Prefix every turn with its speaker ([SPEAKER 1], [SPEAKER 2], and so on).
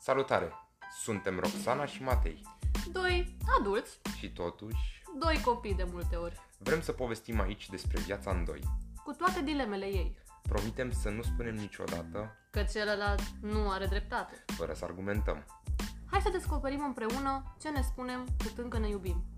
[SPEAKER 1] Salutare! Suntem Roxana și Matei
[SPEAKER 2] Doi adulți,
[SPEAKER 1] și totuși
[SPEAKER 2] doi copii de multe ori,
[SPEAKER 1] vrem să povestim aici despre viața în doi.
[SPEAKER 2] cu toate dilemele ei,
[SPEAKER 1] Promitem să nu spunem niciodată
[SPEAKER 2] că celălalt nu are dreptate.
[SPEAKER 1] fără să argumentăm.
[SPEAKER 2] Hai să descoperim împreună ce ne spunem cât încă ne iubim.